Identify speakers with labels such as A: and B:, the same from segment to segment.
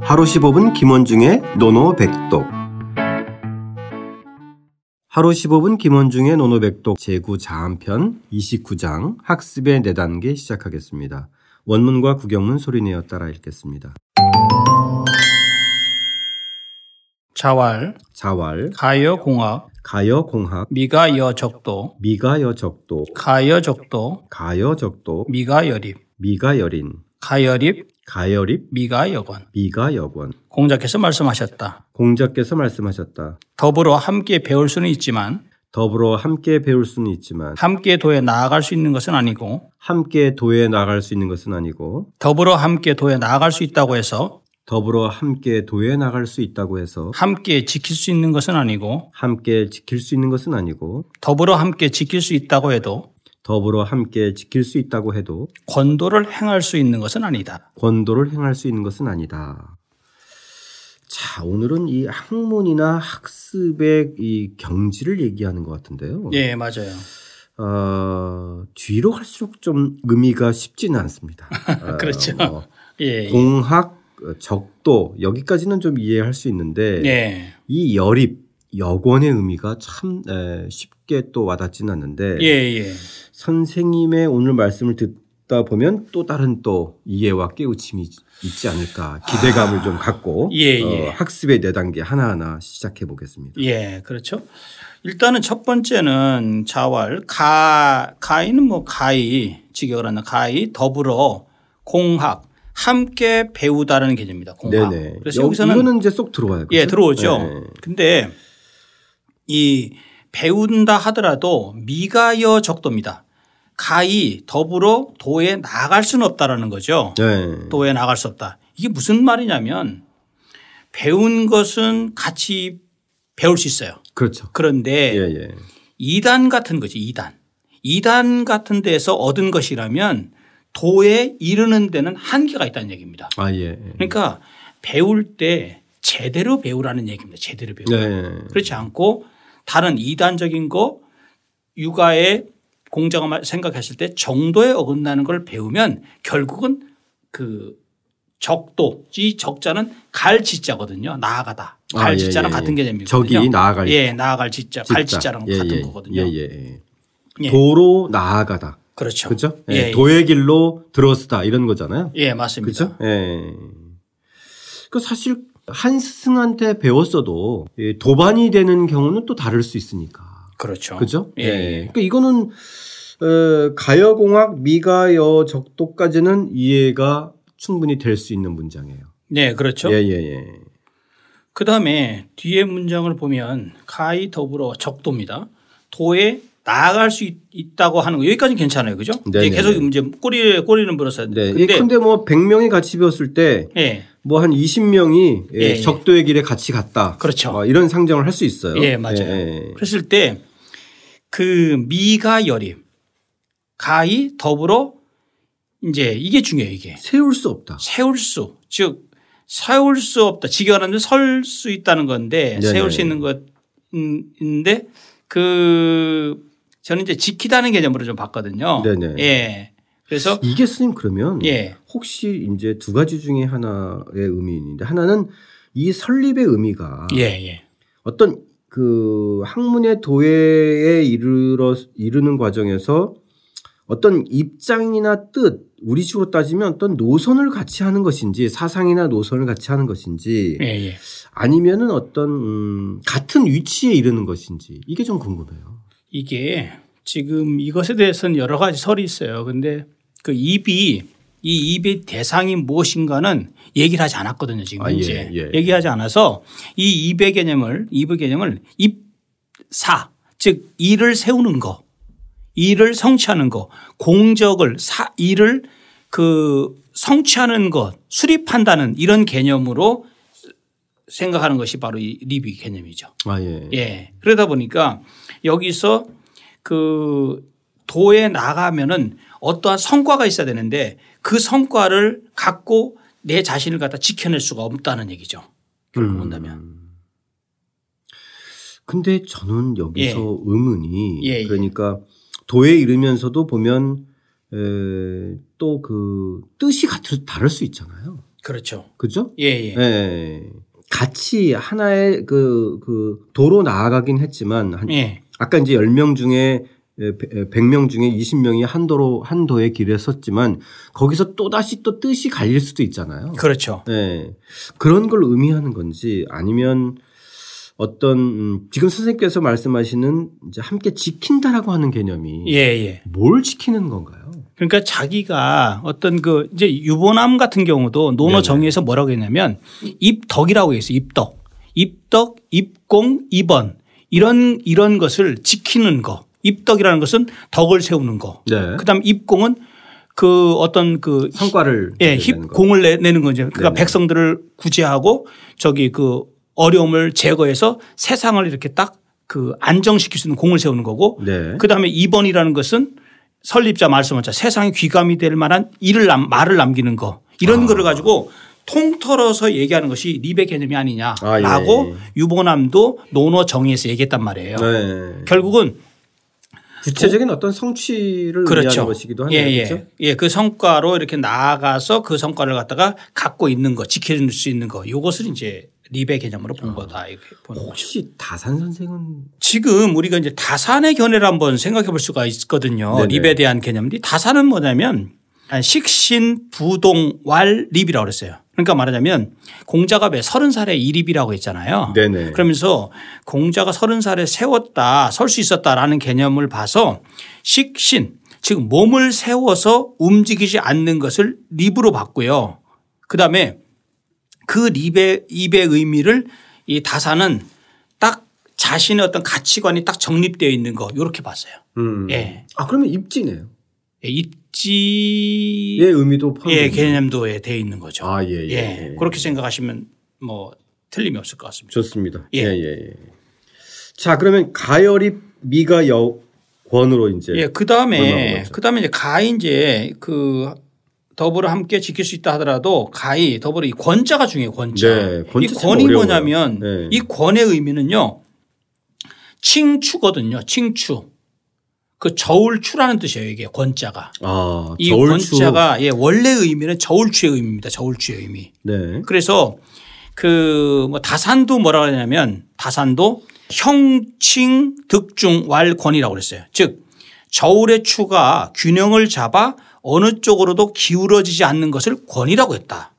A: 하루 15분 김원중의 노노백독 하루 15분 김원중의 노노백독 제9자한편 29장 학습의 4단계 시작하겠습니다. 원문과 구경문 소리내어 따라 읽겠습니다.
B: 자왈,
A: 자왈,
B: 가여공학,
A: 가여공학,
B: 미가여적도,
A: 미가여적도,
B: 가여적도,
A: 가여적도,
B: 미가여립,
A: 미가여린,
B: 가여립,
A: 가여립,
B: 미가여건.
A: 미가여권.
B: 공자께서 말씀하셨다.
A: 공자께서 말씀하셨다.
B: 더불어 함께 배울 수는 있지만
A: 더불어 함께 배울 수는 있지만
B: 함께 도에 나아갈 수 있는 것은 아니고
A: 함께 도에 나갈 수 있는 것은 아니고
B: 더불어 함께 도에 나아갈 수 있다고 해서
A: 더불어 함께 도에 나갈 수 있다고 해서
B: 함께 지킬 수 있는 것은 아니고
A: 함께 지킬 수 있는 것은 아니고
B: 더불어 함께 지킬 수 있다고 해도
A: 더불어 함께 지킬 수 있다고 해도
B: 권도를 행할 수 있는 것은 아니다.
A: 권도를 행할 수 있는 것은 아니다. 자, 오늘은 이 학문이나 학습의 이 경지를 얘기하는 것 같은데요.
B: 예, 맞아요.
A: 어, 뒤로 갈수록 좀 의미가 쉽지는 않습니다. 어,
B: 그렇죠.
A: 뭐
B: 예. 예.
A: 공학, 어, 적도 여기까지는 좀 이해할 수 있는데
B: 예.
A: 이 열입 여권의 의미가 참 에, 쉽게 또 와닿지는 않는데
B: 예, 예.
A: 선생님의 오늘 말씀을 듣다 보면 또 다른 또 이해와 깨우침이 있지 않을까 기대감을 좀 갖고
B: 예, 예.
A: 어, 학습의 네 단계 하나하나 시작해 보겠습니다.
B: 예, 그렇죠. 일단은 첫 번째는 자활 가 가이는 뭐 가이 직역을 하는 가이 더불어 공학 함께 배우다라는 개념입니다. 공학.
A: 네네.
B: 아, 그래서
A: 여-
B: 여기서는
A: 이거는 이제 쏙 들어와요.
B: 예
A: 그죠?
B: 들어오죠.
A: 네.
B: 근데 이 배운다 하더라도 미가여 적도입니다. 가이 더불어 도에 나갈 수는 없다라는 거죠.
A: 네.
B: 도에 나갈 수 없다. 이게 무슨 말이냐면 배운 것은 같이 배울 수 있어요.
A: 그렇죠.
B: 그런데
A: 예예.
B: 이단 같은 거지 이단. 이단 같은 데서 얻은 것이라면 도에 이르는 데는 한계가 있다는 얘기입니다.
A: 아 예. 예.
B: 그러니까 배울 때 제대로 배우라는 얘기입니다. 제대로 배우.
A: 네.
B: 그렇지 않고 다른 이단적인 거 육아의 공자가 말- 생각했을 때 정도에 어긋나는 걸 배우면 결국은 그 적도 이 적자는 갈지자거든요. 나아가다.
A: 아, 예,
B: 갈지자랑
A: 예,
B: 같은
A: 예.
B: 개념이거든요.
A: 적이 나아갈
B: 예, 나아갈 지자,
A: 짓자.
B: 갈지자랑
A: 예,
B: 같은
A: 예.
B: 거거든요.
A: 예, 예, 예.
B: 예.
A: 도로 나아가다.
B: 그렇죠.
A: 그렇죠?
B: 예,
A: 예,
B: 예.
A: 도의 길로 들어서다 이런 거잖아요.
B: 예, 맞습니다.
A: 그렇죠? 예. 그 사실 한 스승한테 배웠어도 예, 도반이 되는 경우는 또 다를 수 있으니까.
B: 그렇죠.
A: 그죠?
B: 예.
A: 그러니까 이거는 어, 가여공학 미가여 적도까지는 이해가 충분히 될 수 있는 문장이에요.
B: 네, 그렇죠.
A: 예, 예, 예.
B: 그다음에 뒤에 문장을 보면 가이 더불어 적도입니다. 도에 나아갈 수 있, 다고 하는 거 여기까지는 괜찮아요. 그죠?
A: 네네.
B: 이제 계속 이제 꼬리에 꼬리는 물었어야
A: 네.
B: 돼.
A: 예, 근데,
B: 근데
A: 뭐 100명이 같이 배웠을 때
B: 예.
A: 뭐 한 20명이
B: 예, 예.
A: 적도의 길에 같이 갔다.
B: 그렇죠.
A: 어, 이런 상정을 할 수 있어요.
B: 예, 맞아요.
A: 예,
B: 그랬을 때 그 미가 여림 가이 더불어 이제 이게 중요해요, 이게.
A: 예. 세울 수 없다.
B: 세울 수, 즉 세울 수 없다. 직역하는데 설 수 있다는 건데
A: 네,
B: 세울
A: 네.
B: 수 있는 것인데 그 저는 이제 지키다는 개념으로 좀 봤거든요.
A: 네, 음. 네.
B: 예. 그래서
A: 이게 스님 그러면
B: 예,
A: 혹시 이제 두 가지 중에 하나의 의미인데 하나는 이 설립의 의미가
B: 예, 예,
A: 어떤 그 학문의 도에 이르러 이르는 과정에서 어떤 입장이나 뜻 우리 식으로 따지면 어떤 노선을 같이 하는 것인지 사상이나 노선을 같이 하는 것인지
B: 예, 예.
A: 아니면은 어떤 음, 같은 위치에 이르는 것인지 이게 좀 궁금해요.
B: 이게 지금 이것에 대해서는 여러 가지 설이 있어요. 근데 그 입이 이 입의 대상이 무엇인가는 얘기를 하지 않았거든요. 지금
A: 아, 예,
B: 현재
A: 예.
B: 얘기하지 않아서 이 입의 개념을 입의 개념을 입사 즉 일을 세우는 거, 일을 성취하는 거, 공적을 사 일을 그 성취하는 것, 수립한다는 이런 개념으로 생각하는 것이 바로 이 리비 개념이죠.
A: 아 예.
B: 예. 그러다 보니까 여기서 그 도에 나가면은 어떠한 성과가 있어야 되는데 그 성과를 갖고 내 자신을 갖다 지켜낼 수가 없다는 얘기죠. 결국 본다면.
A: 음. 근데 저는 여기서 의문이
B: 예, 예.
A: 그러니까 도에 그 이르면서도 보면 에, 또그 뜻이 같을 다를 수 있잖아요.
B: 그렇죠.
A: 그죠?
B: 예, 예.
A: 예. 같이 하나의 그, 그, 도로 나아가긴 했지만, 한-
B: 예.
A: 아까 이제 10명 중에 100명 중에 20명이 한 도로, 한 도의 길에 섰지만, 거기서 또다시 또 뜻이 갈릴 수도 있잖아요.
B: 그렇죠.
A: 네. 그런 걸 의미하는 건지 아니면 어떤 음, 지금 선생님께서 말씀하시는 이제 함께 지킨다라고 하는 개념이
B: 예, 예.
A: 뭘 지키는 건가요?
B: 그러니까 자기가 어떤 그 이제 유보남 같은 경우도 논어
A: 네네.
B: 정의에서 뭐라고 했냐면 입덕이라고 했어요. 입덕. 입덕, 입공, 입원. 이런 이런 것을 지키는 거. 입덕이라는 것은 덕을 세우는 거.
A: 네.
B: 그다음 입공은 그 어떤 그
A: 성과를
B: 예,
A: 내는
B: 힙
A: 거.
B: 공을 내- 내는 거죠. 그러니까
A: 네네.
B: 백성들을 구제하고 저기 그 어려움을 제거해서 세상을 이렇게 딱 그 안정시킬 수 있는 공을 세우는 거고
A: 네.
B: 그다음에 2번이라는 것은 설립자 말씀하자 세상에 귀감이 될 만한 일을 남, 말을 남기는 거
A: 아.
B: 이런 거를 가지고 통틀어서 얘기하는 것이 리베 개념이 아니냐라고
A: 아, 예.
B: 유보남도 논어 정의에서 얘기했단 말이에요.
A: 네.
B: 결국은 그렇죠.
A: 구체적인 어떤 성취를 의미하는 것이기도 하네요.
B: 예,
A: 그렇죠?
B: 예. 예, 그 성과로 이렇게 나아가서 그 성과를 갖다가 갖고 있는 거, 지킬 수 있는 거, 요것을 이제 리베 개념으로
A: 아.
B: 본 거다 이렇게 보는 거죠.
A: 그렇죠? 혹시 다산 선생은
B: 지금 우리가 이제 다산의 견해를 한번 생각해 볼 수가 있거든요.
A: 네네.
B: 립에 대한 개념인데 다산은 뭐냐면 아, 식신 부동 왈 립이라고 그랬어요. 그러니까 말하자면 공자가 왜 서른 살에 이립이라고 했잖아요.
A: 네네.
B: 그러면서 공자가 서른 살에 세웠다, 설 수 있었다라는 개념을 봐서 식신 즉 몸을 세워서 움직이지 않는 것을 립으로 봤고요. 그다음에 그 립의 입의 의미를 이 다사는 딱 자신의 어떤 가치관이 딱 정립되어 있는 거 이렇게 봤어요.
A: 음.
B: 예.
A: 아 그러면 입지네요.
B: 예, 입지
A: 예 의미도 포함.
B: 예, 개념도에 돼 있는 거죠.
A: 아 예, 예,
B: 예,
A: 예.
B: 그렇게 생각하시면 뭐 틀림이 없을 것 같습니다.
A: 좋습니다.
B: 예.
A: 예, 예, 예. 자, 그러면 가열입 미가 여권으로 이제
B: 예, 그
A: 물러나고
B: 다음에
A: 있죠.
B: 그 다음에 이제 가이 이제 그 더불어 함께 지킬 수 있다 하더라도 가이 더불어 이 권자가 중요해요. 권자.
A: 네, 권자
B: 이
A: 참
B: 권이
A: 어려워요.
B: 뭐냐면
A: 네.
B: 이 권의 의미는요. 칭추거든요. 칭추. 그 저울추라는 뜻이에요. 이게 권자가.
A: 아,
B: 이
A: 저울추.
B: 권자가 예, 원래 의미는 저울추의 의미입니다. 저울추의 의미.
A: 네.
B: 그래서 그 뭐 다산도 뭐라고 하냐면 다산도 형칭 득중 왈권이라고 그랬어요. 즉 저울의 추가 균형을 잡아 어느 쪽으로도 기울어지지 않는 것을 권이라고 했다.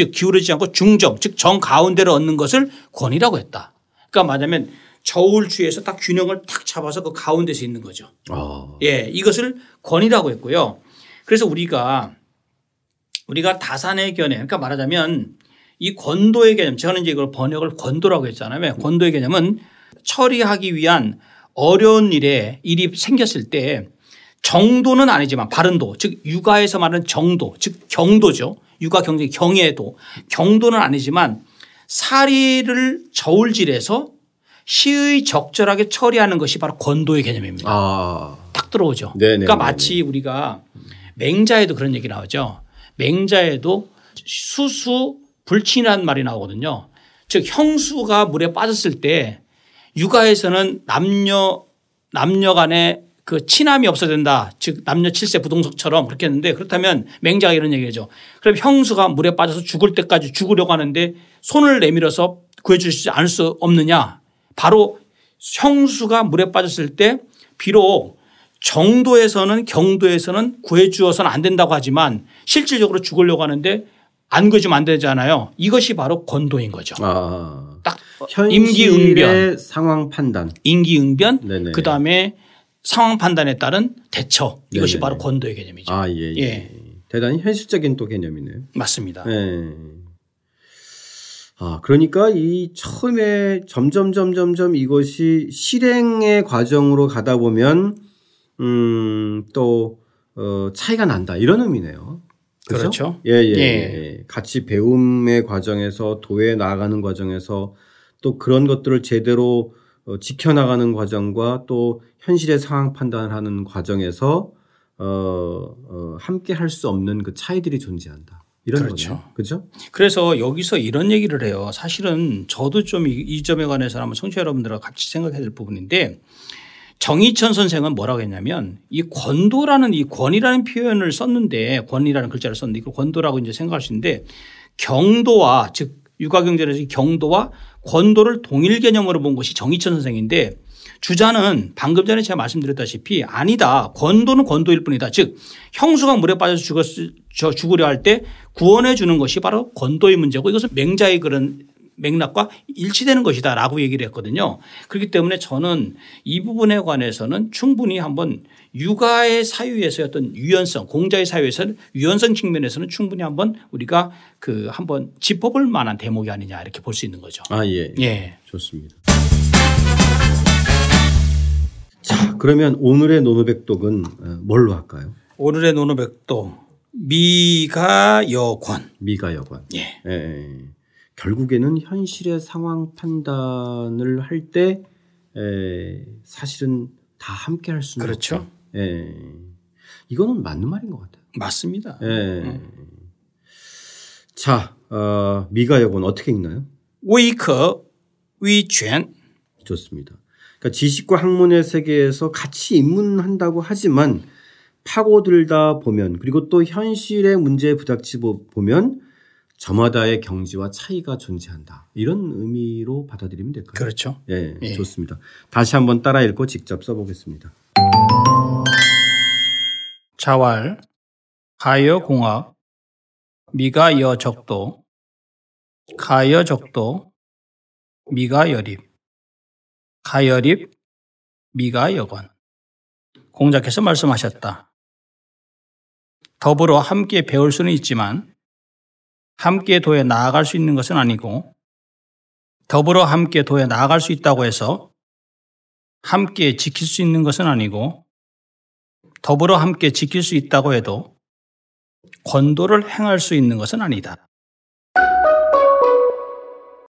B: 즉 기울어지지 않고 중정 즉 정 가운데를 얻는 것을 권이라고 했다. 그러니까 말하자면 저울추에서 딱 균형을 탁 잡아서 그 가운데서 있는 거죠.
A: 아.
B: 예, 이것을 권이라고 했고요. 그래서 우리가 우리가 다산의 견해, 그러니까 말하자면 이 권도의 개념, 저는 이제 이걸 번역을 권도라고 했잖아요. 권도의 개념은 처리하기 위한 어려운 일에 일이 생겼을 때 정도는 아니지만 바른도, 즉 육아에서 말하는 정도, 즉 경도죠. 육아 경제 경애도 경도는 아니지만 사리를 저울질해서 시의 적절하게 처리하는 것이 바로 권도의 개념입니다.
A: 아.
B: 딱 들어오죠.
A: 네네,
B: 그러니까
A: 네네.
B: 마치 우리가 맹자에도 그런 얘기 나오죠. 맹자에도 수수 불친이라는 말이 나오거든요. 즉 형수가 물에 빠졌을 때 육아에서는 남녀 남녀 간에 그 친함이 없어야 된다. 즉 남녀 칠세 부동석처럼 그렇게 했는데 그렇다면 맹자가 이런 얘기죠. 그럼 형수가 물에 빠져서 죽을 때까지 죽으려고 하는데 손을 내밀어서 구해 주시지 않을 수 없느냐. 바로 형수가 물에 빠졌을 때 비록 정도에서는 경도에서는 구해 주어서는 안 된다고 하지만 실질적으로 죽으려고 하는데 안 구해주면 안 되잖아요. 이것이 바로 권도인 거죠.
A: 아.
B: 딱 임기응변,
A: 현실의 상황 판단.
B: 임기응변,
A: 네네.
B: 그 다음에 상황 판단에 따른 대처 이것이
A: 네네.
B: 바로 권도의 개념이죠.
A: 아, 예, 예.
B: 예.
A: 대단히 현실적인 또 개념이네요.
B: 맞습니다.
A: 예. 아, 그러니까 이 처음에 점점 점점점 이것이 실행의 과정으로 가다 보면 음, 음또 어, 차이가 난다 이런 의미네요. 그죠?
B: 그렇죠.
A: 예, 예,
B: 예.
A: 예. 같이 배움의 과정에서 도에 나아가는 과정에서 또 그런 것들을 제대로 어, 지켜나가는 과정과 또 현실의 상황 판단을 하는 과정에서 어, 어, 함께 할 수 없는 그 차이들이 존재한다. 이런
B: 그렇죠.
A: 거죠. 그죠?
B: 그래서 여기서 이런 얘기를 해요. 사실은 저도 좀 이 점에 관해서 한번 청취자 여러분들과 같이 생각해야 될 부분인데 정희천 선생은 뭐라고 했냐면 이 권도라는 이 권이라는 표현을 썼는데 권이라는 글자를 썼는데 이걸 권도라고 이제 생각하시는데 경도와 즉 육아경제에서 경도와 권도를 동일 개념으로 본 것이 정의천 선생인데 주자는 방금 전에 제가 말씀드렸다시피 아니다. 권도는 권도일 뿐이다. 즉 형수가 물에 빠져서 죽었 저 죽으려 할 때 구원해 주는 것이 바로 권도의 문제고 이것은 맹자의 그런 맥락과 일치되는 것이다라고 얘기를 했거든요. 그렇기 때문에 저는 이 부분에 관해서는 충분히 한번 육아의 사유에서의 어떤 유연성, 공자의 사유에서는 유연성 측면에서는 충분히 한번 우리가 그 한번 짚어볼 만한 대목이 아니냐 이렇게 볼 수 있는 거죠.
A: 아 예.
B: 예.
A: 좋습니다. 자, 그러면 오늘의 노노백독은 어, 뭘로 할까요?
B: 오늘의 노노백도 미가 여권.
A: 미가여관.
B: 예.
A: 예, 예. 결국에는 현실의 상황 판단을 할 때 사실은 다 함께 할 수는
B: 그렇죠.
A: 없다. 예. 이거는 맞는 말인 것 같아요.
B: 맞습니다.
A: 예. 자, 어, 미가여관 어떻게 읽나요?
B: 威可威权
A: 좋습니다. 그러니까 지식과 학문의 세계에서 같이 입문한다고 하지만 파고들다 보면 그리고 또 현실의 문제에 부닥치고 보면 저마다의 경지와 차이가 존재한다. 이런 의미로 받아들이면 될까요?
B: 그렇죠.
A: 예,
B: 예.
A: 좋습니다. 다시 한번 따라 읽고 직접 써보겠습니다.
B: 자활 가여 공학 미가 여 적도 가여 적도 미가 여립 가여립 미가 여건 공자께서 말씀하셨다. 더불어 함께 배울 수는 있지만 함께 도에 나아갈 수 있는 것은 아니고 더불어 함께 도에 나아갈 수 있다고 해서 함께 지킬 수 있는 것은 아니고 더불어 함께 지킬 수 있다고 해도 권도를 행할 수 있는 것은 아니다.